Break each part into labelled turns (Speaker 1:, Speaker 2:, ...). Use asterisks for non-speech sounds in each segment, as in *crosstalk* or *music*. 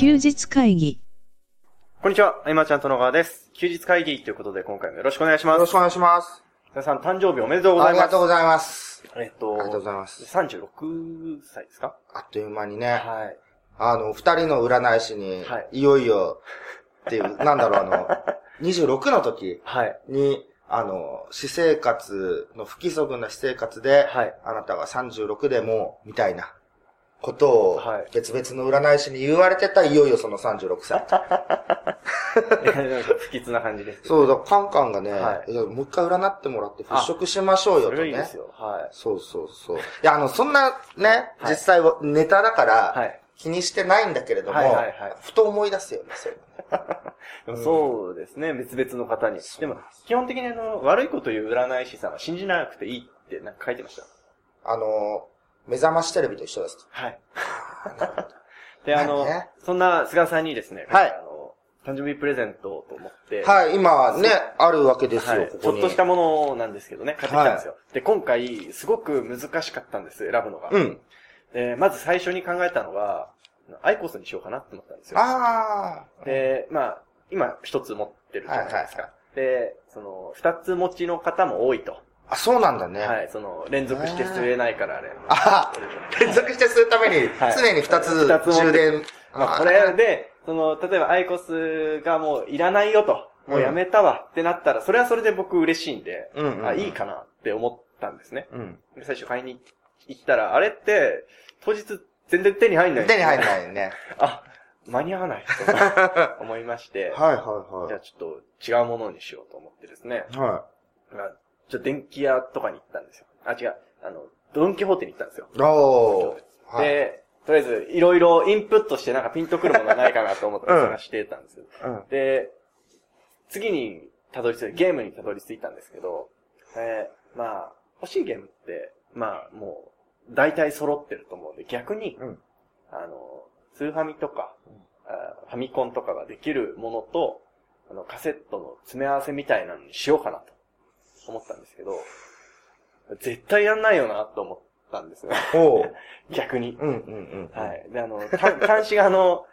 Speaker 1: 日会議。
Speaker 2: こんにちは、あいまちゃんと野川です。休日会議ということで、今回もよろしくお願いしま
Speaker 3: よろ
Speaker 2: す
Speaker 3: し。くお願いします。
Speaker 2: 皆さん、誕生日おめでとうござ
Speaker 3: あ
Speaker 2: い
Speaker 3: り
Speaker 2: ま
Speaker 3: が
Speaker 2: す
Speaker 3: とう。ございます。
Speaker 2: えっ
Speaker 3: ありがとうご
Speaker 2: と、
Speaker 3: ざいます。
Speaker 2: 36歳ですか
Speaker 3: あっという間にね、
Speaker 2: はい。
Speaker 3: あの、二人の占い師に
Speaker 2: は、い
Speaker 3: いよいよ、って *laughs* いう、なんだろう、あの、26の時
Speaker 2: はい。
Speaker 3: に、あの、私生活の不規則な私生活で、
Speaker 2: はい *laughs*
Speaker 3: あなたが36でも、みたいなことを
Speaker 2: はい、
Speaker 3: 別々の占い師に言われてた、いよいよその36歳。
Speaker 2: なんか不吉な感じです。
Speaker 3: そう、だからカンカンがね、
Speaker 2: はい
Speaker 3: やもう一回占ってもらって払拭しましょうよ
Speaker 2: そ
Speaker 3: と
Speaker 2: れ
Speaker 3: ね。
Speaker 2: がいいですよ。は
Speaker 3: そうそうそう。いや、あの、そんなね、
Speaker 2: はい
Speaker 3: 実際はネタだか
Speaker 2: は
Speaker 3: ら
Speaker 2: い、
Speaker 3: 気にしてないんだけれども、
Speaker 2: はいはいはい
Speaker 3: ふと思い出すよね、それがね
Speaker 2: い。 *laughs* でもそうですね、別々の方に。
Speaker 3: そう
Speaker 2: でも、基本的にあの、悪いこと言う占い師さんは信じなくていいってなんか書いてました。
Speaker 3: あの、目覚ましテレビと一緒です。
Speaker 2: はい。 *laughs* で、あの
Speaker 3: まあね、
Speaker 2: そんな菅さんにですね、
Speaker 3: はい
Speaker 2: あの、誕生日プレゼントと思って、
Speaker 3: はい、今ね、あるわけです
Speaker 2: は
Speaker 3: よ、
Speaker 2: い、
Speaker 3: こ
Speaker 2: ち
Speaker 3: こ
Speaker 2: ょっ
Speaker 3: に。
Speaker 2: としたものなんですけどね、買ってきたんですよ。で、今回、すごく難しかったんです、選ぶのが。
Speaker 3: うん。
Speaker 2: で、まず最初に考えたのが、アイコスにしようかなって思ったんですよ。
Speaker 3: あー。
Speaker 2: で、まあ、今一つ持ってるじゃないですか。で、その、二つ持ちの方も多いと。
Speaker 3: あ、そうなんだね。
Speaker 2: はい、その、連続して吸えないからあれ。
Speaker 3: あは連続してするために
Speaker 2: はい、
Speaker 3: 常に二つ
Speaker 2: 二つ持って
Speaker 3: 充電。
Speaker 2: まあ、これで、その、例えばアイコスがもういらないよと、もうやめたわってなったら、それはそれで僕嬉しいんで、
Speaker 3: うんうんうん
Speaker 2: あ、いいかなって思ったんですね。
Speaker 3: うん。
Speaker 2: で最初買いに行ったら、あれって、当日全然手に入んないんですね、
Speaker 3: 手に入らないね。
Speaker 2: あ、間に合わないと *laughs* 思いまして、
Speaker 3: はいは
Speaker 2: じゃあちょっと違うものにしようと思ってですね、
Speaker 3: いはい。は
Speaker 2: まあ、ちょっと電気屋とかに行ったんですよ。あ、違う、あの、ドンキホーテに行ったんですよ。
Speaker 3: い。おー。はい
Speaker 2: で、とりあえず、いろいろインプットしてなんかピンとくるものないかなと思って
Speaker 3: うん
Speaker 2: 探してたんですよ。
Speaker 3: うん
Speaker 2: で、次にたどり着いた、ゲームにたどり着いたんですけど、えーまあ、欲しいゲームって、まあ、もう、大体揃ってると思うんで、逆に、
Speaker 3: うん
Speaker 2: あの、スーファミとか、あーファミコンとかができるものと、あの、カセットの詰め合わせみたいなのにしようかなと思ったんですけど、絶対やんないよなと思ったんですよ。
Speaker 3: おー。
Speaker 2: *laughs* 逆に。
Speaker 3: うんうんうん。
Speaker 2: はい。で、あの、た端子があの、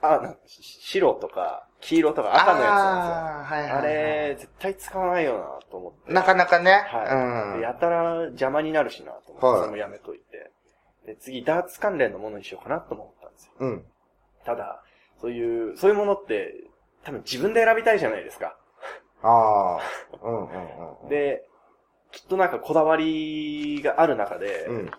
Speaker 2: あ、なんかし白とか、黄色とか赤のやつなん
Speaker 3: あーはい
Speaker 2: です
Speaker 3: はい
Speaker 2: よ。あ
Speaker 3: はい
Speaker 2: れ、絶対使わないよなと思って。
Speaker 3: なかなかね。
Speaker 2: はい。
Speaker 3: う
Speaker 2: で
Speaker 3: ん。
Speaker 2: やたら邪魔になるしなと思って、
Speaker 3: はい
Speaker 2: それもやめといて。で、次、ダーツ関連のものにしようかなと思ったんですよ。
Speaker 3: うん。
Speaker 2: ただ、そういう、そういうものって、多分自分で選びたいじゃないですか。
Speaker 3: ああ。うんうんうん。、
Speaker 2: で、きっとなんかこだわりがある中で、
Speaker 3: うん。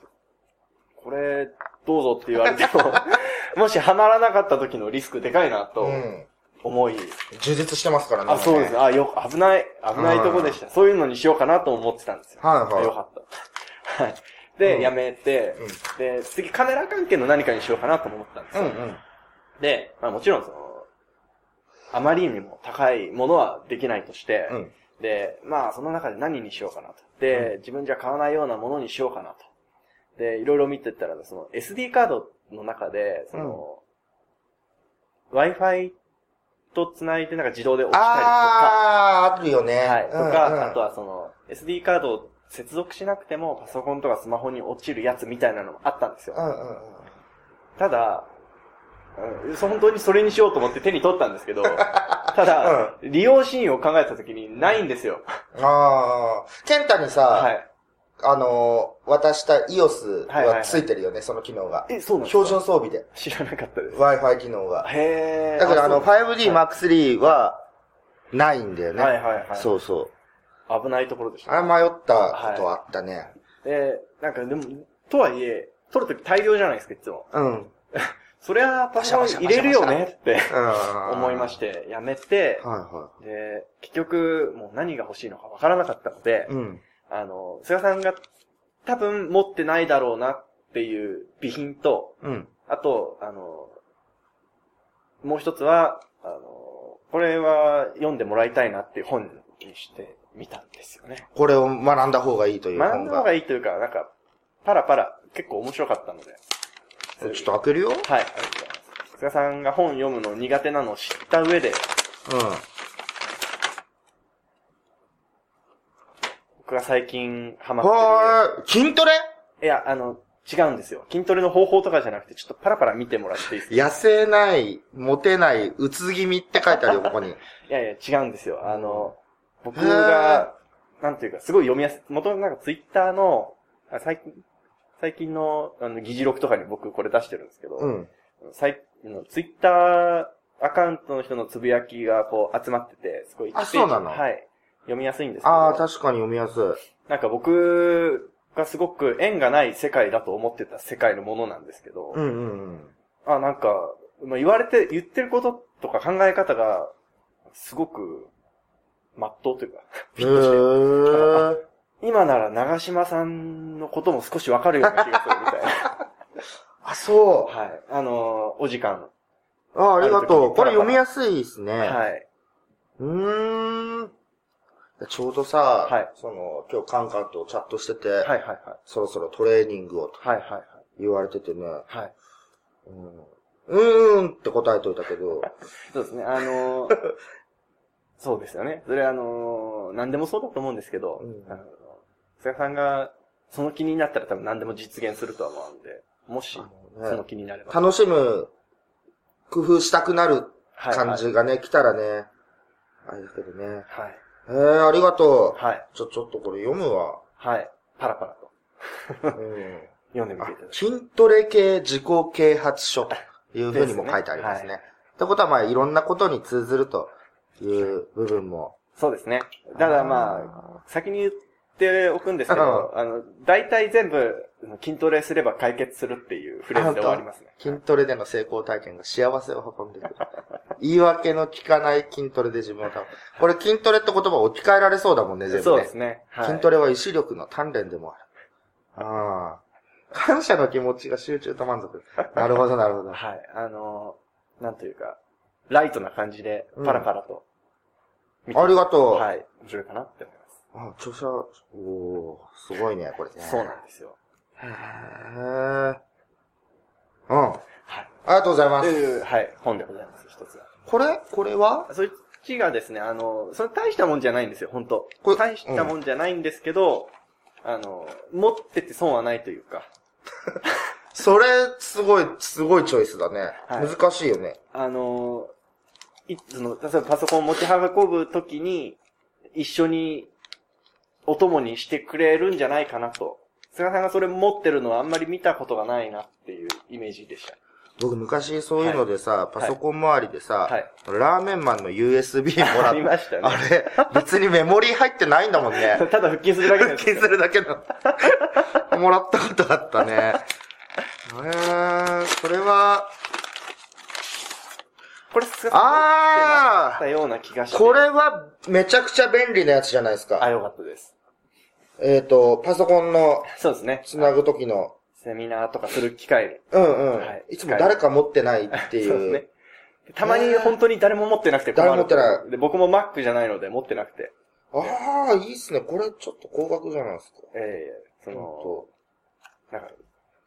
Speaker 2: これ、どうぞって言われても、
Speaker 3: *laughs*
Speaker 2: もしはまらなかった時のリスクでかいなと
Speaker 3: うん。
Speaker 2: 思い、
Speaker 3: 充実してますからね。
Speaker 2: あ、そうです。
Speaker 3: ね。
Speaker 2: あ、よ、危ない、危ないとこでした。そういうのにしようかなと思ってたんですよ。
Speaker 3: はいはい
Speaker 2: よかった。はい。で、
Speaker 3: うん
Speaker 2: やめて、
Speaker 3: うん
Speaker 2: で、次カメラ関係の何かにしようかなと思ったんです
Speaker 3: う
Speaker 2: よ。
Speaker 3: んうん。
Speaker 2: で、まあもちろんその、あまりにも高いものはできないとして、
Speaker 3: うん
Speaker 2: で、まあその中で何にしようかなと。で、自分じゃ買わないようなものにしようかなと。で、いろいろ見てったら、その SD カードの中で、その、Wi-Fi と繋いでなんか自動で落ちたりとか、
Speaker 3: ああ、あるよね。
Speaker 2: はい、と
Speaker 3: うんうん
Speaker 2: か、あとはその、SD カードを接続しなくてもパソコンとかスマホに落ちるやつみたいなのもあったんですよ。
Speaker 3: うんうんうん。
Speaker 2: ただ、うんそ本当にそれにしようと思って手に取ったんですけど、ただ、利用シーンを考えた時にないんですよ。
Speaker 3: ああ。ケンタに
Speaker 2: は
Speaker 3: さ、
Speaker 2: い。
Speaker 3: あのー、渡した EOS
Speaker 2: はいはいは
Speaker 3: はいついてるよね、その機能が。
Speaker 2: え、そうなんですか
Speaker 3: 標準装備で。
Speaker 2: 知らなかったです。
Speaker 3: Wi-Fi 機能が。
Speaker 2: へー
Speaker 3: だからあの、
Speaker 2: そう
Speaker 3: 5D Mark III は、ないんだよね。
Speaker 2: はいはいはい
Speaker 3: そうそう。
Speaker 2: 危ないところでした。
Speaker 3: あれ迷ったことあったね。
Speaker 2: で、なんかでも、とはいえ、取るとき大量じゃないですか、いつも。
Speaker 3: うん。うん。。
Speaker 2: そりゃ、パソコン入れるよねって思いましてて、やめて、
Speaker 3: はいは
Speaker 2: で、結局、もう何が欲しいのかわからなかったので
Speaker 3: い。、うん。
Speaker 2: あの、菅さんが多分持ってないだろうなっていう備品と、
Speaker 3: うん。
Speaker 2: あと、あの、もう一つは、あの、これは読んでもらいたいなっていう本にしてみたんですよね。
Speaker 3: これを学んだ方がいいという
Speaker 2: 学
Speaker 3: 本
Speaker 2: んだ
Speaker 3: が。
Speaker 2: 方がいいというか、なんか、パラパラ、結構面白かったので。
Speaker 3: ちょっと開けるよ。うん。
Speaker 2: はい、ありがとうございます。菅さんが本読むの苦手なのを知った上で、僕が最近ハマって
Speaker 3: はーい。筋トレ
Speaker 2: る。いや、あの、違うんですよ。筋トレの方法とかじゃなくて、ちょっとパラパラ見てもらっていいですか
Speaker 3: 痩せない、モテない、うつ気味って書いてあるよ、ここに。
Speaker 2: いやいや、違うんですよ。あの、僕が、なんていうか、すごい読みやすい。元々なんかツイッターの、あ最近、最近の、あの、議事録とかに僕これ出してるんですけど、
Speaker 3: *laughs* うん。
Speaker 2: 最のツイッターアカウントの人のつぶやきがこう集まってて、すごい。
Speaker 3: あそうなの
Speaker 2: はい。読みやすいんですけど。
Speaker 3: ああ、確かに読みやすい。
Speaker 2: なんか僕がすごく縁がない世界だと思ってた世界のものなんですけど、
Speaker 3: うんうんうん。
Speaker 2: あ、なんか、まあ、言われて、言ってることとか考え方が、すごく、まっとうというか、
Speaker 3: へ
Speaker 2: ピッとして、
Speaker 3: ー。
Speaker 2: 今なら長島さんのことも少しわかるような気がするみたい
Speaker 3: *laughs*
Speaker 2: な。
Speaker 3: あ、そ
Speaker 2: はい。あのーお時間。
Speaker 3: う。ああ、ありが
Speaker 2: ある
Speaker 3: と
Speaker 2: 時
Speaker 3: う。
Speaker 2: に
Speaker 3: これ読みやすいですね。
Speaker 2: はい。
Speaker 3: うーん。ちょうどさ、
Speaker 2: はい
Speaker 3: その、今日カンカンとチャットしてて、
Speaker 2: はいはいはい。
Speaker 3: そろそろトレーニングをと
Speaker 2: はいはいはい。
Speaker 3: 言われててね、
Speaker 2: はい。
Speaker 3: うん、うーんって答えといたけど、
Speaker 2: そうですね。あの
Speaker 3: *laughs*
Speaker 2: ーそうですよね。それあのー何でもそうだと思うんですけど、
Speaker 3: うん
Speaker 2: あの菅さんがその気になったら多分何でも実現するとは思うんで、もし、
Speaker 3: あ
Speaker 2: そ
Speaker 3: の
Speaker 2: の
Speaker 3: ね
Speaker 2: 気になれば。
Speaker 3: 楽しむ工夫したくなる
Speaker 2: はい
Speaker 3: 感じがね、来たらね、あれだけどね。
Speaker 2: はい。
Speaker 3: えー、ありがとう。
Speaker 2: はい。
Speaker 3: ちょ、ちょっとこれ読むわ。
Speaker 2: はい。パラパラと
Speaker 3: うん
Speaker 2: 読んでみ
Speaker 3: あ
Speaker 2: ていただき
Speaker 3: 筋トレ系自己啓発書というふうにも書いてありま
Speaker 2: です
Speaker 3: すね。
Speaker 2: ねは
Speaker 3: ってことは、まあ、いろんなことに通ずるという部分も。
Speaker 2: そうですね。ただまあ、先に言っておくんですけど、あの、大体全部筋トレすれば解決するっていうフレーズで終わりますね。
Speaker 3: 筋トレでの成功体験が幸せを運んでくる。言い訳の効かない筋トレで自分を倒これ筋トレって言葉置き換えられそうだもんね、全部ね。
Speaker 2: そうですね。はい、
Speaker 3: 筋トレは意志力の鍛錬でもある。ああ。感謝の気持ちが集中と満
Speaker 2: *laughs*
Speaker 3: 足。なるほど、なるほど。
Speaker 2: はい。あのーなんというか、ライトな感じで、パラパラと、見て
Speaker 3: ありがとう。
Speaker 2: はい。面白いかなって思いま
Speaker 3: あ、著者、おー、すごいね、これね。
Speaker 2: す。そうなんですよ。
Speaker 3: へー。うん。
Speaker 2: はい。
Speaker 3: ありがとうございま
Speaker 2: と
Speaker 3: す。
Speaker 2: いう、はい。本でございます、一つは。
Speaker 3: これこれは
Speaker 2: そっちがですね、あの、それ大したもんじゃないんですよ、本当
Speaker 3: これ
Speaker 2: 大したもんじゃないんですけど、あの、持ってて損はないというか、
Speaker 3: それ、すごい、すごいチョイスだね。
Speaker 2: はい
Speaker 3: 難しいよね。
Speaker 2: あの、いつの、例えばパソコンを持ち運ぶときに、一緒に、お供にしてくれるんじゃないかなと。菅さんがそれ持ってるのはあんまり見たことがないなっていうイメージでした。
Speaker 3: 僕昔そういうのでさ、
Speaker 2: い
Speaker 3: パソコン周りでさ、
Speaker 2: はい
Speaker 3: ラーメンマンの USB もら
Speaker 2: あ
Speaker 3: っ
Speaker 2: り
Speaker 3: て、
Speaker 2: ました
Speaker 3: あ
Speaker 2: ね。
Speaker 3: れ、別にメモリー入ってないんだも
Speaker 2: *laughs*
Speaker 3: んね。
Speaker 2: ただ復帰するだけなん
Speaker 3: 復
Speaker 2: です
Speaker 3: 帰
Speaker 2: よ
Speaker 3: するだけの。 *laughs* もらったことあったね。えー、それは、
Speaker 2: これ菅さん持ってなかっ
Speaker 3: あ
Speaker 2: たような気がし
Speaker 3: ー
Speaker 2: て。
Speaker 3: これはめちゃくちゃ便利なやつじゃないです
Speaker 2: あ、
Speaker 3: か。
Speaker 2: よかったです。
Speaker 3: えっ、と、パソコンの
Speaker 2: そうですね。
Speaker 3: つなぐときの、
Speaker 2: セミナーとかする機会。
Speaker 3: うんうん、
Speaker 2: はい
Speaker 3: い。つも誰か持ってないってい
Speaker 2: そう
Speaker 3: う。
Speaker 2: ですね。たまに本当に誰も持ってなくて困る。。
Speaker 3: 誰も持ってない
Speaker 2: で、僕も Mac じゃないので持ってなくて。
Speaker 3: ああ、いいっすね。これちょっと高額じゃないですか。
Speaker 2: ええその
Speaker 3: ほ、
Speaker 2: なんか、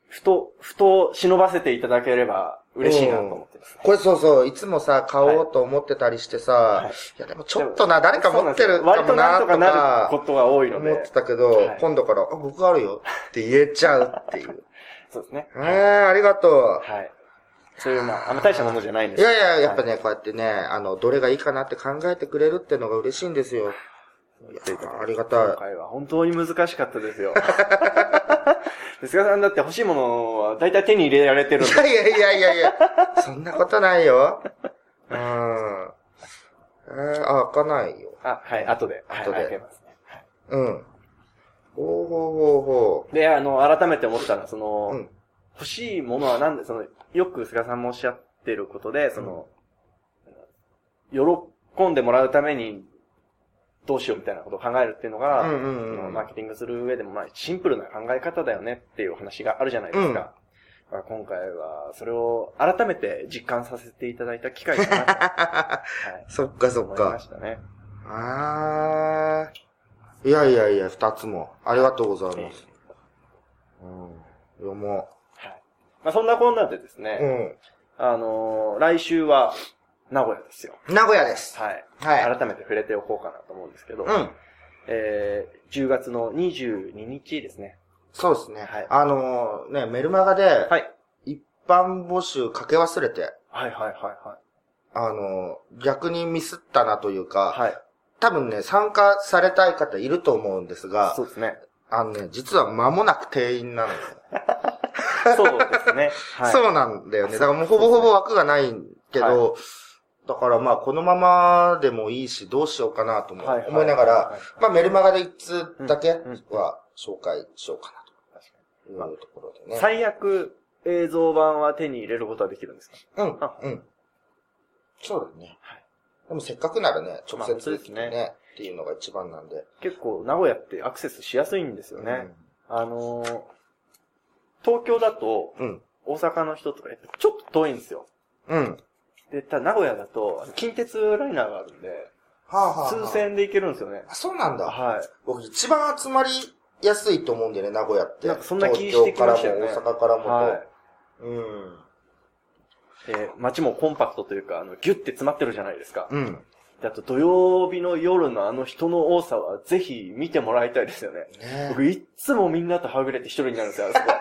Speaker 2: ふと、ふと忍ばせていただければ嬉しいなと思ってます。
Speaker 3: これそうそう、いつもさ、買おうと思ってたりしてさ、
Speaker 2: い
Speaker 3: い、やでもちょっとな、誰か持ってる
Speaker 2: そうなんですよ割
Speaker 3: か
Speaker 2: と
Speaker 3: もな
Speaker 2: なんと
Speaker 3: と
Speaker 2: か
Speaker 3: か
Speaker 2: なることが多いの
Speaker 3: 思っ
Speaker 2: で
Speaker 3: て。たけど、
Speaker 2: はい
Speaker 3: 今度から、あ、僕あるよって言えちゃうっていう。
Speaker 2: そうですね。
Speaker 3: ええありがと
Speaker 2: はい。そういう、まあ、あんま大したものじゃないんで
Speaker 3: う。い
Speaker 2: すけど
Speaker 3: やいや、やっぱね、こうやってね、あの、どれがいいかなって考えてくれるってのが嬉しいんですよ。いやありがた
Speaker 2: 今
Speaker 3: い。
Speaker 2: 回は本当に難しかったですよ。 *laughs* で菅さんだって欲しいものは大体手に入れられてるん
Speaker 3: い
Speaker 2: で。
Speaker 3: *laughs* やいやいやいやいや、そんなことないよ。うん。えー、あ、開かないよ。
Speaker 2: あ、はい、後で。はい
Speaker 3: 後で
Speaker 2: 開けますね。
Speaker 3: うん。ほうほうほ
Speaker 2: で、あの、改めて思ったのは、そうの、
Speaker 3: ほう。うん。
Speaker 2: 欲しいものは何で、その、よく菅さんもおっしゃってることで、その、喜んでもらうために、どうしようみたいなことを考えるっていうのが、
Speaker 3: うんうんうん
Speaker 2: そのマーケティングする上でも、まあ、シンプルな考え方だよねっていうお話があるじゃないですか。まあ今回は、それを改めて実感させていただいた機会かなと、はい、
Speaker 3: *laughs* そっかそ
Speaker 2: 思
Speaker 3: っ
Speaker 2: いま
Speaker 3: か。
Speaker 2: した
Speaker 3: *laughs*
Speaker 2: ね。
Speaker 3: あー。いやいやいや、二つも。ありがとうございます。うん。読も
Speaker 2: はい。まあ、そんなこんなでです
Speaker 3: う。う
Speaker 2: ね、
Speaker 3: ん。
Speaker 2: あのー来週は、名古屋ですよ。
Speaker 3: 名古屋です。
Speaker 2: はい。
Speaker 3: はい。
Speaker 2: 改めて触れておこうかなと思うんですけど、
Speaker 3: うん。
Speaker 2: えー10月の22日ですね。
Speaker 3: そうですね。
Speaker 2: はい
Speaker 3: あのーね、メルマガで、
Speaker 2: はい。
Speaker 3: 一般募集かけ忘れて、
Speaker 2: はいはいは
Speaker 3: あのー逆にミスったなというか
Speaker 2: い、はい。はい。
Speaker 3: 多分ね、参加されたい方いると思うんですが
Speaker 2: そ、うです
Speaker 3: *laughs*
Speaker 2: ね。
Speaker 3: あのね、実は間もなく定員なのよ。
Speaker 2: そうですね。はい。
Speaker 3: そうなんだよね。だからもうほぼほぼ枠がないけど、だからまあこのままでもいいし、どうしようかなとも
Speaker 2: はいはい
Speaker 3: 思いなが
Speaker 2: はい
Speaker 3: ら
Speaker 2: はい、
Speaker 3: まあメルマガで一通だけ
Speaker 2: うんうん
Speaker 3: は紹介しようかなというところでね。
Speaker 2: 最悪映像版は手に入れることはできるんですか
Speaker 3: うん
Speaker 2: あ、
Speaker 3: うん。そうだね
Speaker 2: はい。
Speaker 3: でもせっかくならね、直
Speaker 2: まあ
Speaker 3: 接
Speaker 2: そうで
Speaker 3: で
Speaker 2: す
Speaker 3: き
Speaker 2: ね
Speaker 3: てね、っていうのが一番なんで。
Speaker 2: 結構名古屋ってアクセスしやすいんですよね。あのー、東京だと
Speaker 3: うん。うん。
Speaker 2: 大阪の人とかやっぱちょっと遠いんですよ。
Speaker 3: うん。
Speaker 2: で、ただ名古屋だとあの近鉄ライナーがあるんで、
Speaker 3: はあはあはあ
Speaker 2: 数千で行けるんですよね。
Speaker 3: あ、そうなんだ。
Speaker 2: はい。
Speaker 3: 僕一番集まりやすいと思うんだよね、名古屋って。
Speaker 2: なんかそんな気してきましたよね
Speaker 3: 東京からも大阪からも
Speaker 2: は
Speaker 3: と。うん。
Speaker 2: い。で、街もコンパクトというか、あの、ギュッて詰まってるじゃないですか。
Speaker 3: うん。
Speaker 2: で、あと土曜日の夜のあの人の多さはぜひ見てもらいたいですよね。
Speaker 3: ね
Speaker 2: 僕いっつもみんなとはぐれて一人になるんですよ、あそこ。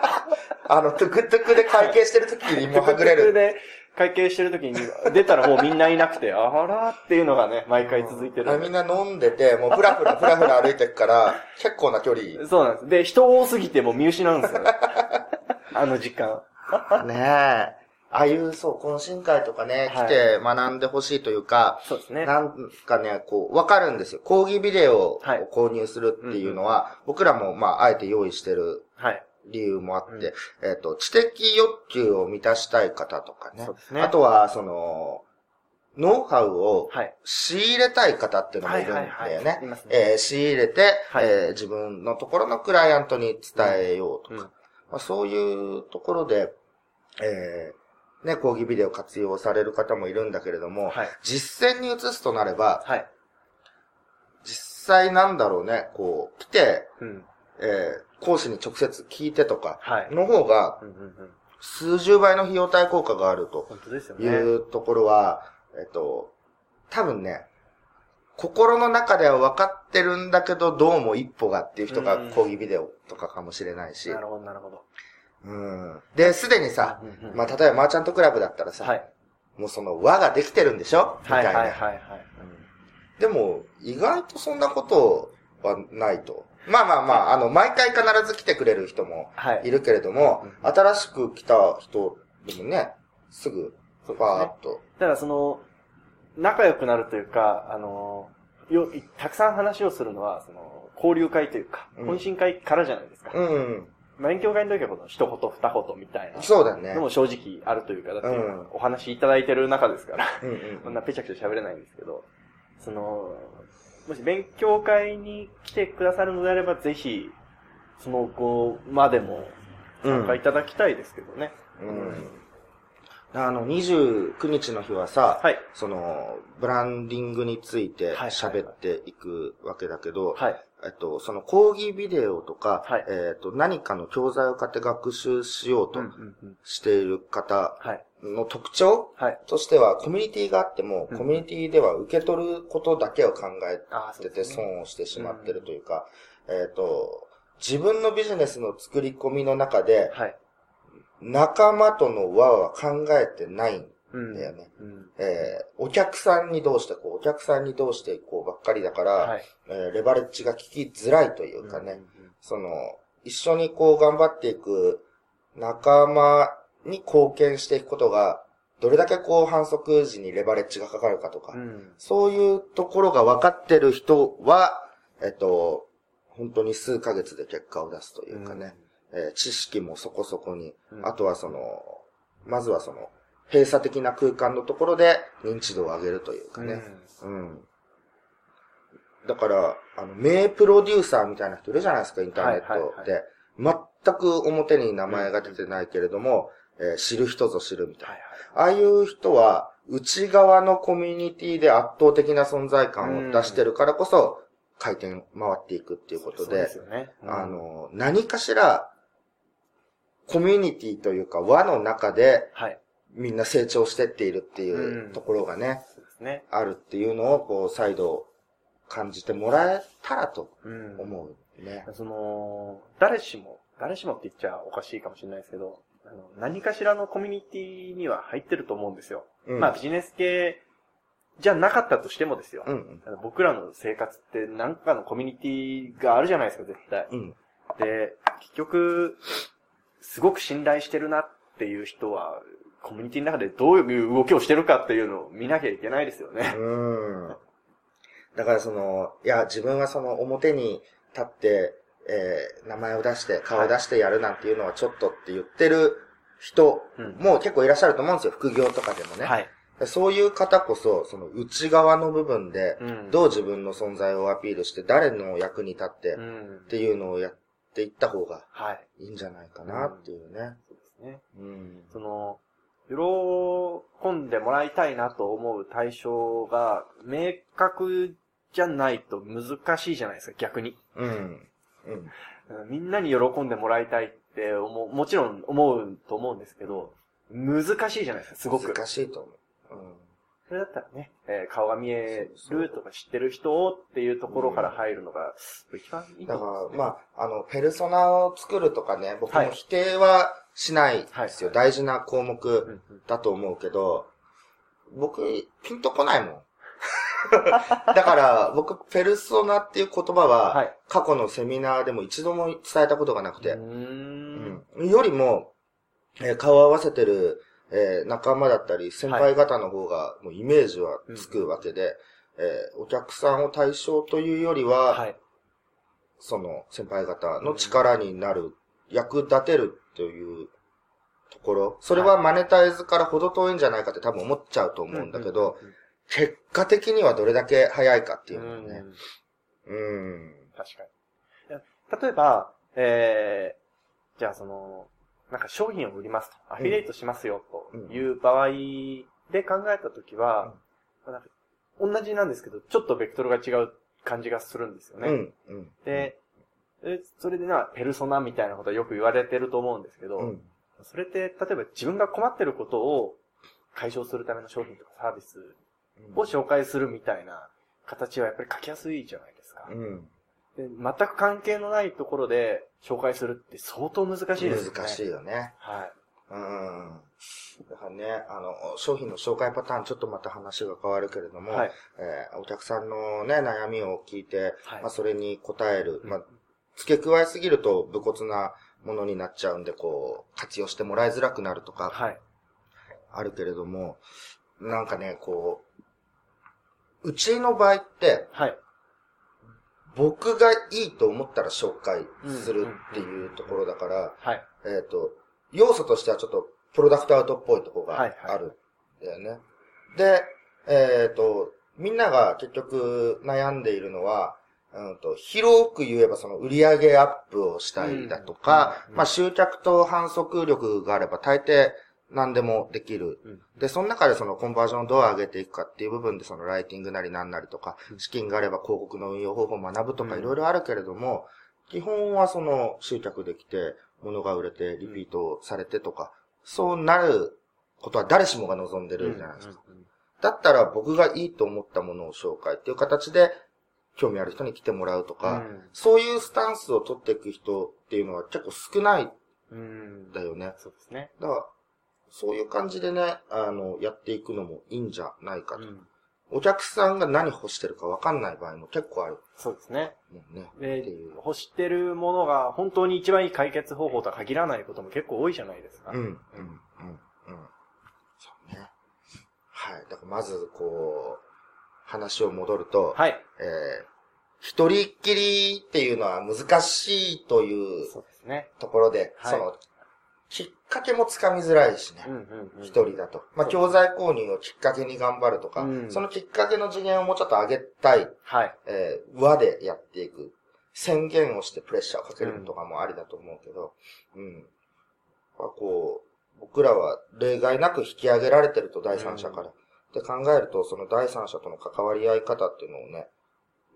Speaker 3: *laughs* あの、トゥクトゥクで会計してる時にもはぐれ
Speaker 2: トゥクトゥク
Speaker 3: る。
Speaker 2: で会計してる時に出たらもうみんないなくて、あらーっていうのがね、毎回続いて
Speaker 3: あ
Speaker 2: る
Speaker 3: みん
Speaker 2: んで。
Speaker 3: な飲んでて、もうふらふらふらふら歩いてくから、 *laughs* 結構な距離。
Speaker 2: そうなんです。で、人多すぎてもう見失うんです
Speaker 3: *laughs*
Speaker 2: よね。あの時間。
Speaker 3: ねえ。ああいう、そう、懇親会とかね、
Speaker 2: はい
Speaker 3: 来て学んでほしいというか、
Speaker 2: そうですね。
Speaker 3: なんかね、こう、わかるんですよ。講義ビデオを
Speaker 2: はい
Speaker 3: 購入するっていうのは、僕らも、まあ、あえて用意してる
Speaker 2: はい。
Speaker 3: 理由もあって、
Speaker 2: う
Speaker 3: えっ、と、知的欲求を満たしたい方とかね。
Speaker 2: そうですね
Speaker 3: あとは、その、ノウハウを
Speaker 2: はい。
Speaker 3: 仕入れたい方っていうのもいるん
Speaker 2: は
Speaker 3: だ
Speaker 2: いは
Speaker 3: よ
Speaker 2: いはい
Speaker 3: ね
Speaker 2: います。ね
Speaker 3: えー仕入れて、
Speaker 2: はい
Speaker 3: えー自分のところのクライアントに伝えようと
Speaker 2: う
Speaker 3: か、
Speaker 2: んうん
Speaker 3: まあ、そういうところで、えーね、講義ビデオ活用される方もいるんだけれども、
Speaker 2: はい
Speaker 3: 実践に移すとなれば、
Speaker 2: はい。
Speaker 3: 実際なんだろうね、こう、来て、
Speaker 2: うん。
Speaker 3: えー講師に直接聞いてとか、
Speaker 2: はい。
Speaker 3: の方が、
Speaker 2: うんうんうん。
Speaker 3: 数十倍の費用対効果があると
Speaker 2: 本当ですよ
Speaker 3: い
Speaker 2: ね。
Speaker 3: うところは、えっと、多分ね、心の中では分かってるんだけど、どうも一歩がっていう人が
Speaker 2: うん
Speaker 3: 講義ビデオとかかもしれないし
Speaker 2: な、るほど、なるほど。
Speaker 3: うん。で、すでにさ、
Speaker 2: うんうん
Speaker 3: まあ、例えばマーチャントクラブだったらさ、
Speaker 2: はい。
Speaker 3: もうその輪ができてるんでしょみた
Speaker 2: はいい
Speaker 3: な。
Speaker 2: はいはいはい。
Speaker 3: うんでも、意外とそんなことはないと。まあまあまあ、あの、毎回必ず来てくれる人も
Speaker 2: はいい。
Speaker 3: るけれども、
Speaker 2: うん
Speaker 3: 新しく来た人でもね、すぐ、
Speaker 2: そ
Speaker 3: パ
Speaker 2: うですね
Speaker 3: ーッと。
Speaker 2: だからその、仲良くなるというか、あの、よ、たくさん話をするのは、その、交流会というか、
Speaker 3: うん
Speaker 2: 懇親会からじゃないですか。
Speaker 3: うん。
Speaker 2: 勉強会の時はこの一言二言みたいな。
Speaker 3: そうだね
Speaker 2: で。も正直あるというか、だって
Speaker 3: うん
Speaker 2: お話いただいてる中ですから、
Speaker 3: うん
Speaker 2: こ
Speaker 3: うんん
Speaker 2: なぺちゃくちゃ喋れないんですけど、その、もし勉強会に来てくださるのであれば、ぜひ、その後までも参加いただきたいですけどね。
Speaker 3: うん。あの、29日の日はさ、
Speaker 2: はい。
Speaker 3: その、ブランディングについて
Speaker 2: はい
Speaker 3: 喋っていくわけだけど、
Speaker 2: はい。
Speaker 3: えっと、その講義ビデオとか、
Speaker 2: はい
Speaker 3: えっと、何かの教材を買って学習しようと
Speaker 2: うんうんうん
Speaker 3: している方
Speaker 2: はい。
Speaker 3: の特徴
Speaker 2: はい。
Speaker 3: としては、コミュニティがあっても
Speaker 2: う、ん
Speaker 3: コミュニティでは受け取ることだけを考え
Speaker 2: ああ、
Speaker 3: てて損をしてしまってるというか、えっと、自分のビジネスの作り込みの中で、
Speaker 2: はい。
Speaker 3: 仲間との輪は考えてない。
Speaker 2: うん
Speaker 3: だよね。
Speaker 2: うん。
Speaker 3: えーお客さんにどうしてこう、お客さんにどうしていこうばっかりだから、
Speaker 2: はい。
Speaker 3: えーレバレッジが効きづらいというかね、
Speaker 2: うんうんうん
Speaker 3: その、一緒にこう頑張っていく仲間に貢献していくことが、どれだけこう反則時にレバレッジがかかるかとか、
Speaker 2: うん。
Speaker 3: そういうところが分かってる人は、えっと、本当に数ヶ月で結果を出すというかね、えー知識もそこそこに、
Speaker 2: うん
Speaker 3: あとはその、まずはその、閉鎖的な空間のところで認知度を上げるというか
Speaker 2: うん。
Speaker 3: ね。うん。だから、あの、名プロデューサーみたいな人いるじゃないですか、インターネットで。
Speaker 2: はいはいは
Speaker 3: 全く表に名前が出てないけれども、えー知る人ぞ知るみたい
Speaker 2: はい
Speaker 3: な。ああいう人は、内側のコミュニティで圧倒的な存在感を出してるからこそ、回転回っていくっていうこと
Speaker 2: そう
Speaker 3: で
Speaker 2: です、よね。うん
Speaker 3: あ、の、何かしら、コミュニティというか輪の中で
Speaker 2: はい。
Speaker 3: みんな成長してっているっていううんところがね、
Speaker 2: そうですね。
Speaker 3: あるっていうのをこう再度感じてもらえたらと
Speaker 2: うん
Speaker 3: 思うね。
Speaker 2: その、誰しも、誰しもって言っちゃおかしいかもしれないですけど、あの何かしらのコミュニティには入ってると思うんですよ。
Speaker 3: うん。
Speaker 2: まあビジネス系じゃなかったとしてもですよ。
Speaker 3: うんうん。
Speaker 2: あの僕らの生活って何かのコミュニティがあるじゃないですか、絶対。
Speaker 3: うん。
Speaker 2: で、結局、すごく信頼してるなっていう人は、コミュニティの中でどういう動きをしてるかっていうのを見なきゃいけないですよね。
Speaker 3: うん。だからその、いや、自分はその表に立って、えー名前を出して、顔を出してやるなんていうのはちょっとって言ってる人
Speaker 2: うん
Speaker 3: も結構いらっしゃると思うんですよ。副業とかでもね。
Speaker 2: はい。
Speaker 3: そういう方こそ、その内側の部分で、
Speaker 2: うん
Speaker 3: どう自分の存在をアピールして、誰の役に立って
Speaker 2: う
Speaker 3: っ
Speaker 2: ん。
Speaker 3: ていうのをやっていった方が
Speaker 2: はい。
Speaker 3: いいんじゃないかなっていうね。
Speaker 2: そうですね。
Speaker 3: うん。
Speaker 2: その、喜んでもらいたいなと思う対象が明確じゃないと難しいじゃないですか、逆に。
Speaker 3: うん。うん。
Speaker 2: うんみんなに喜んでもらいたいって思う、もちろん思うと思うんですけど、難しいじゃないですか、すごく。
Speaker 3: 難しいと思う。うん。
Speaker 2: それだったらね、えー顔が見え
Speaker 3: そうそう
Speaker 2: るとか知ってる人をっていうところから入るのが、一番いいと
Speaker 3: だ
Speaker 2: 思うんで
Speaker 3: か
Speaker 2: す
Speaker 3: ら、
Speaker 2: よね。
Speaker 3: まあ、あの、ペルソナを作るとかね、僕
Speaker 2: は
Speaker 3: も
Speaker 2: い
Speaker 3: 否定はしないですよ。
Speaker 2: は
Speaker 3: 大事な項
Speaker 2: う
Speaker 3: 目
Speaker 2: んうん
Speaker 3: だと思うけど、僕、ピンとこないもん。
Speaker 2: *laughs*
Speaker 3: だから、僕、ペルソナっていう言葉
Speaker 2: は
Speaker 3: は、
Speaker 2: い。
Speaker 3: 過去のセミナーでも一度も伝えたことがなくて
Speaker 2: う、ん。
Speaker 3: うんよりも、えー顔を合わせてる、えー仲間だったり、先輩方の方が、もうイメージはつくわけで、えーお客さんを対象というよりは、
Speaker 2: はい。
Speaker 3: その先輩方の力になる、役立てるというところ、それはマネタイズからほど遠いんじゃないかって多分思っちゃうと思うんだけど、
Speaker 2: うんうんうん
Speaker 3: 結果的にはどれだけ早いかっていうの
Speaker 2: うん、
Speaker 3: ね。うん。
Speaker 2: 確かにいや。例えば、えー、じゃあその、なんか商品を売りますと、アフィリエイトしますよという場合で考えたときは、なんか同じなんですけど、ちょっとベクトルが違う感じがするんですよね。
Speaker 3: うん。うん。
Speaker 2: で、えそれでな、ペルソナみたいなことはよく言われてると思うんですけど、
Speaker 3: うん、
Speaker 2: それって、例えば自分が困ってることを解消するための商品とかサービスを紹介するみたいな形はやっぱり書きやすいじゃないですか。
Speaker 3: うん。
Speaker 2: で全く関係のないところで紹介するって相当難しいですよね。
Speaker 3: 難しい。よね。
Speaker 2: はい。
Speaker 3: うん。だからね、あの、商品の紹介パターン、ちょっとまた話が変わるけれども、
Speaker 2: はい。
Speaker 3: えーお客さんのね、悩みを聞いて、
Speaker 2: はい
Speaker 3: まあ、それに答える、
Speaker 2: うん
Speaker 3: まあ、付け加えすぎると、武骨なものになっちゃうんで、こう、活用してもらいづらくなるとか、
Speaker 2: はい。
Speaker 3: あるけれども、なんかね、こう、うちの場合って、
Speaker 2: はい。
Speaker 3: 僕がいいと思ったら紹介するっていうところだから、
Speaker 2: はい。
Speaker 3: えっ、と、要素としてはちょっとプロダクトアウトっぽいとこが
Speaker 2: はいはい
Speaker 3: あるんだよね。で、えっ、と、みんなが結局悩んでいるのは、うん、と広く言えばその売上アップをしたいだとか、
Speaker 2: うん
Speaker 3: まあ集客と反則力があれば大抵何でもできる。
Speaker 2: うん
Speaker 3: で、その中でそのコンバージョンをどう上げていくかっていう部分でそのライティングなりなんなりとか
Speaker 2: う、ん
Speaker 3: 資金があれば広告の運用方法を学ぶとか
Speaker 2: うん
Speaker 3: いろいろあるけれども、基本はその集客できて、物が売れて、リピートされてとか、そうなることは誰しもが望んでるじゃないですか。
Speaker 2: うんうんう
Speaker 3: だったら僕がいいと思ったものを紹介っていう形で、興味ある人に来てもらうとか、
Speaker 2: ん
Speaker 3: そういうスタンスを取っていく人っていうのは結構少ないん
Speaker 2: うん。うん
Speaker 3: だよね。
Speaker 2: そうですね。
Speaker 3: だから、そういう感じでね、あの、やっていくのもいいんじゃないかと。
Speaker 2: うん
Speaker 3: お客さんが何欲してるかわかんない場合も結構ある
Speaker 2: そうですね。
Speaker 3: もんね。っ
Speaker 2: で
Speaker 3: ていう、
Speaker 2: 欲してるものが本当に一番いい解決方法とは限らないことも結構多いじゃないですか。
Speaker 3: うん、うん、うん、うん。そうね。はい。だからまず、こう、話を戻ると、
Speaker 2: はい。
Speaker 3: えー一人っきりっていうのは難しいという
Speaker 2: そうですね。
Speaker 3: ところで、
Speaker 2: はい
Speaker 3: その、きっかけもつかみづらいしね
Speaker 2: う。んうんうん。
Speaker 3: 一人だと。まあ、教材購入をきっかけに頑張るとか、
Speaker 2: うん
Speaker 3: そのきっかけの次元をもうちょっと上げたい、
Speaker 2: はい。
Speaker 3: えー、輪でやっていく。宣言をしてプレッシャーをかけるとかもありだと思うけど、うん。まあ、こう、僕らは例外なく引き上げられてると、第三者から。って考えると、その第三者との関わり合い方っていうのをね、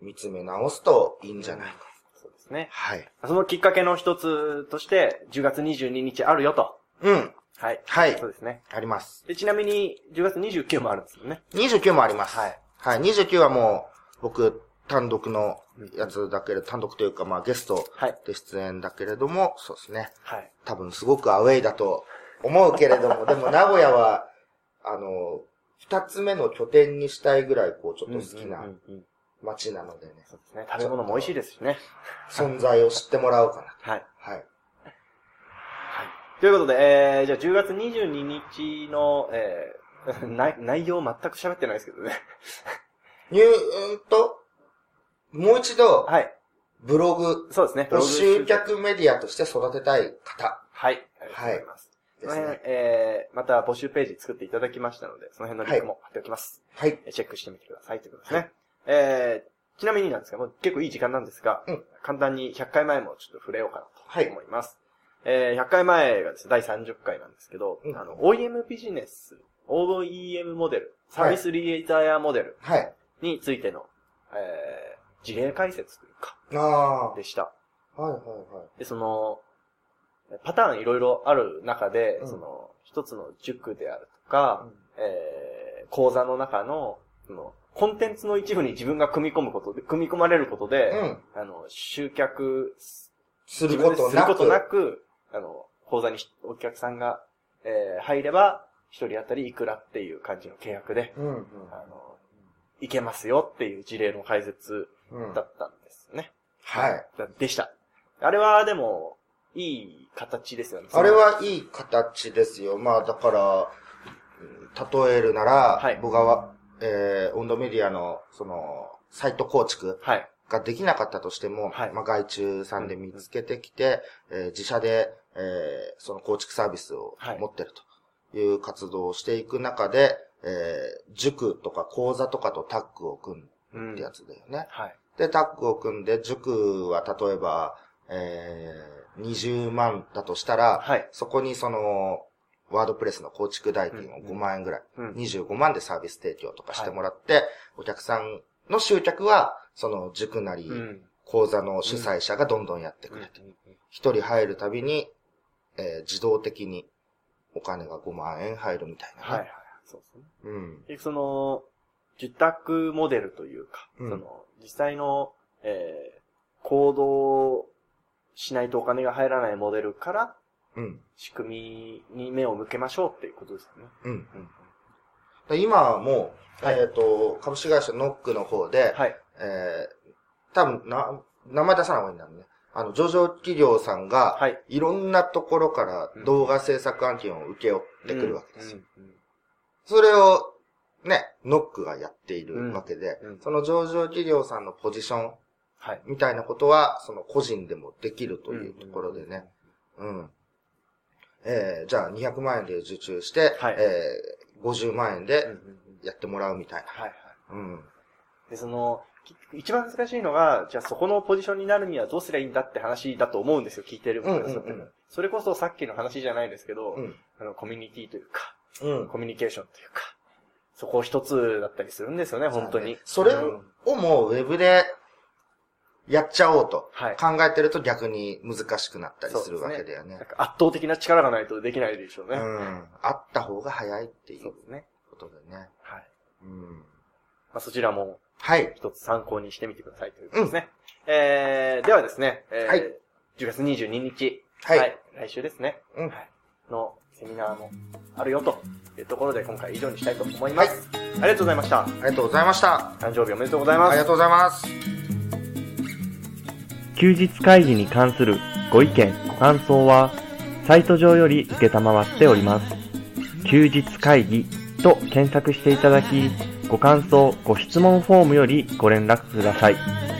Speaker 3: 見つめ直すといいんじゃないか。
Speaker 2: そうですね。
Speaker 3: はい。
Speaker 2: そのきっかけの一つとして、10月22日あるよと。
Speaker 3: うん。
Speaker 2: はい。
Speaker 3: はい
Speaker 2: そ。うですね。
Speaker 3: あります。
Speaker 2: で、ちなみに、10月29もありますもんね。
Speaker 3: 29もあります。
Speaker 2: はい。
Speaker 3: はい。29はもう、僕単独のやつだけれど、単独というか、まあゲスト
Speaker 2: はい。
Speaker 3: で出演だけれども、そうですね。
Speaker 2: はい。
Speaker 3: 多分すごくアウェイだと思うけれど
Speaker 2: *laughs*
Speaker 3: も、でも名古屋は、あの、二つ目の拠点にしたいぐらい、こう、ちょっと好きな
Speaker 2: うんうんうん
Speaker 3: 街なのでね、
Speaker 2: そうですね。食べ物も美味しいですしね。
Speaker 3: 存在を知ってもらおうかな。
Speaker 2: はい。
Speaker 3: はい。
Speaker 2: ということで、えー、じゃあ10月22日の、えー、 *laughs* 内内容全く喋ってないですけどね。
Speaker 3: 入、うんと、もう一度、
Speaker 2: はい。
Speaker 3: ブログ
Speaker 2: そうですね。
Speaker 3: を集客メディアとして育てたい方
Speaker 2: はい。ありがとうございます。
Speaker 3: で
Speaker 2: その
Speaker 3: す
Speaker 2: 辺、
Speaker 3: ね。
Speaker 2: えー、また募集ページ作っていただきましたので、その辺のリンクも貼っておきます。
Speaker 3: はい。
Speaker 2: えーチェックしてみてくださいということですね。えー、ちなみになんですけども、結構いい時間なんですが、
Speaker 3: うん
Speaker 2: 簡単に100回前もちょっと触れようか
Speaker 3: は
Speaker 2: なと
Speaker 3: い。
Speaker 2: 思います。えー、100回前がですね、第30回なんですけど、
Speaker 3: うん
Speaker 2: あの、OEM ビジネス、OEM モデル、サービスリエイターモデル
Speaker 3: はい。
Speaker 2: についての、えー、事例解説というか、
Speaker 3: ああ。はい
Speaker 2: でした。
Speaker 3: はいはい。
Speaker 2: で、その、パターンいろいろある中で、
Speaker 3: うん
Speaker 2: その、一つの塾であるとか、えー、講座の中の、その、コンテンツの一部に自分が組み込むことで、組み込まれることで、
Speaker 3: うん。
Speaker 2: あの、集客す、
Speaker 3: することな
Speaker 2: 自分ですることな
Speaker 3: く、
Speaker 2: く、あの、講座にひお客さんが、えー、入れば、一人当たりいくらっていう感じの契約で、
Speaker 3: うん。うん
Speaker 2: あの、いけますよっていう事例の解説
Speaker 3: うん
Speaker 2: だったんですね。
Speaker 3: はい。
Speaker 2: だでした。あれはでも、いい形ですよね。
Speaker 3: あれはいい形ですよ。まあ、だから、うん例えるなら、
Speaker 2: はい
Speaker 3: 僕は、えー、温度メディアの、その、サイト構築
Speaker 2: はい。
Speaker 3: ができなかったとしても、
Speaker 2: はい
Speaker 3: まあ、外注さんで見つけてきて、えー自社で、えーその構築サービスを
Speaker 2: はい
Speaker 3: 持ってるという活動をしていく中で、えー塾とか講座とかとタッグを組
Speaker 2: う
Speaker 3: むっ
Speaker 2: ん
Speaker 3: てやつだよね。
Speaker 2: はい。
Speaker 3: で、タッグを組んで、塾は例えば、えー20万だとしたら、
Speaker 2: はい。
Speaker 3: そこにその、ワードプレスの構築代金を5万円ぐらい、
Speaker 2: うん。
Speaker 3: 25万でサービス提供とかしてもらって、お客さんの集客は、その塾なり
Speaker 2: う、ん。
Speaker 3: 講座の主催者がどんどんやってくれて、一人入るたびに、えー自動的にお金が5万円入るみたいなね。
Speaker 2: はいはい。そうですね。
Speaker 3: うん。
Speaker 2: でその、受託モデルというか、
Speaker 3: うん
Speaker 2: その、実際の、えー、行動しないとお金が入らないモデルから、
Speaker 3: うん。
Speaker 2: 仕組みに目を向けましょうっていうことですよね。
Speaker 3: うん。
Speaker 2: うん。
Speaker 3: で今はもう、
Speaker 2: はい
Speaker 3: えっ、と、株式会社ノックの方で、
Speaker 2: はい。
Speaker 3: えー、多分な、名前出さない方がいいんだろうね。あの、上場企業さんが、
Speaker 2: はい。
Speaker 3: いろんなところから動画制作案件を受け負ってくるわけですよ。
Speaker 2: うん。うん
Speaker 3: それを、ね、ノックがやっているわけで、
Speaker 2: うんうん
Speaker 3: その上場企業さんのポジション
Speaker 2: はい。
Speaker 3: みたいなことは、その個人でもできるというところでね。うん。えー、じゃあ200万円で受注して、
Speaker 2: はい
Speaker 3: えー、50万円
Speaker 2: うん。う
Speaker 3: で
Speaker 2: ん。うん
Speaker 3: やってもらうみたい
Speaker 2: はいはい。
Speaker 3: な。うん。
Speaker 2: で、その、き一番難しいのが、じゃあそこのポジションになるにはどうすりゃいいんだって話だと思うんですよ、聞いてる
Speaker 3: うんうんうん
Speaker 2: 僕らにとってもそれこそさっきの話じゃないですけど、
Speaker 3: うん。
Speaker 2: あの、コミュニティというか、
Speaker 3: うん。
Speaker 2: コミュニケーションというか、そこ一つだったりするんですよね、本当に。
Speaker 3: それ
Speaker 2: うん
Speaker 3: をもうウェブでやっちゃおうと
Speaker 2: はい。
Speaker 3: 考えてると逆に難しくなったりするわけだよね
Speaker 2: なん。か圧倒的な力がないとできないでしょう
Speaker 3: う
Speaker 2: ね。
Speaker 3: ん。あった方が早いっていう
Speaker 2: そう
Speaker 3: こ
Speaker 2: ですね。
Speaker 3: とでね。
Speaker 2: はい。
Speaker 3: うん。
Speaker 2: まあ、そちらも
Speaker 3: はい。
Speaker 2: 一つ参考にしてみてくださいということですね。えー、ではですね、えー
Speaker 3: はい
Speaker 2: 10月22日、
Speaker 3: はい。
Speaker 2: 来週ですね。
Speaker 3: うん
Speaker 2: はいのセミナーもあるよというところで今回以上にしたいと思います。ありがとうございました。
Speaker 3: ありがとうございました。
Speaker 2: 誕生日おめでとうござい
Speaker 3: あ
Speaker 2: ま
Speaker 3: りが
Speaker 2: す。
Speaker 3: とうございます。
Speaker 2: 休日会議に関するご意見、ご感想は、サイト上より受けたまわっております。休日会議と検索していただき、ご感想、ご質問フォームよりご連絡ください。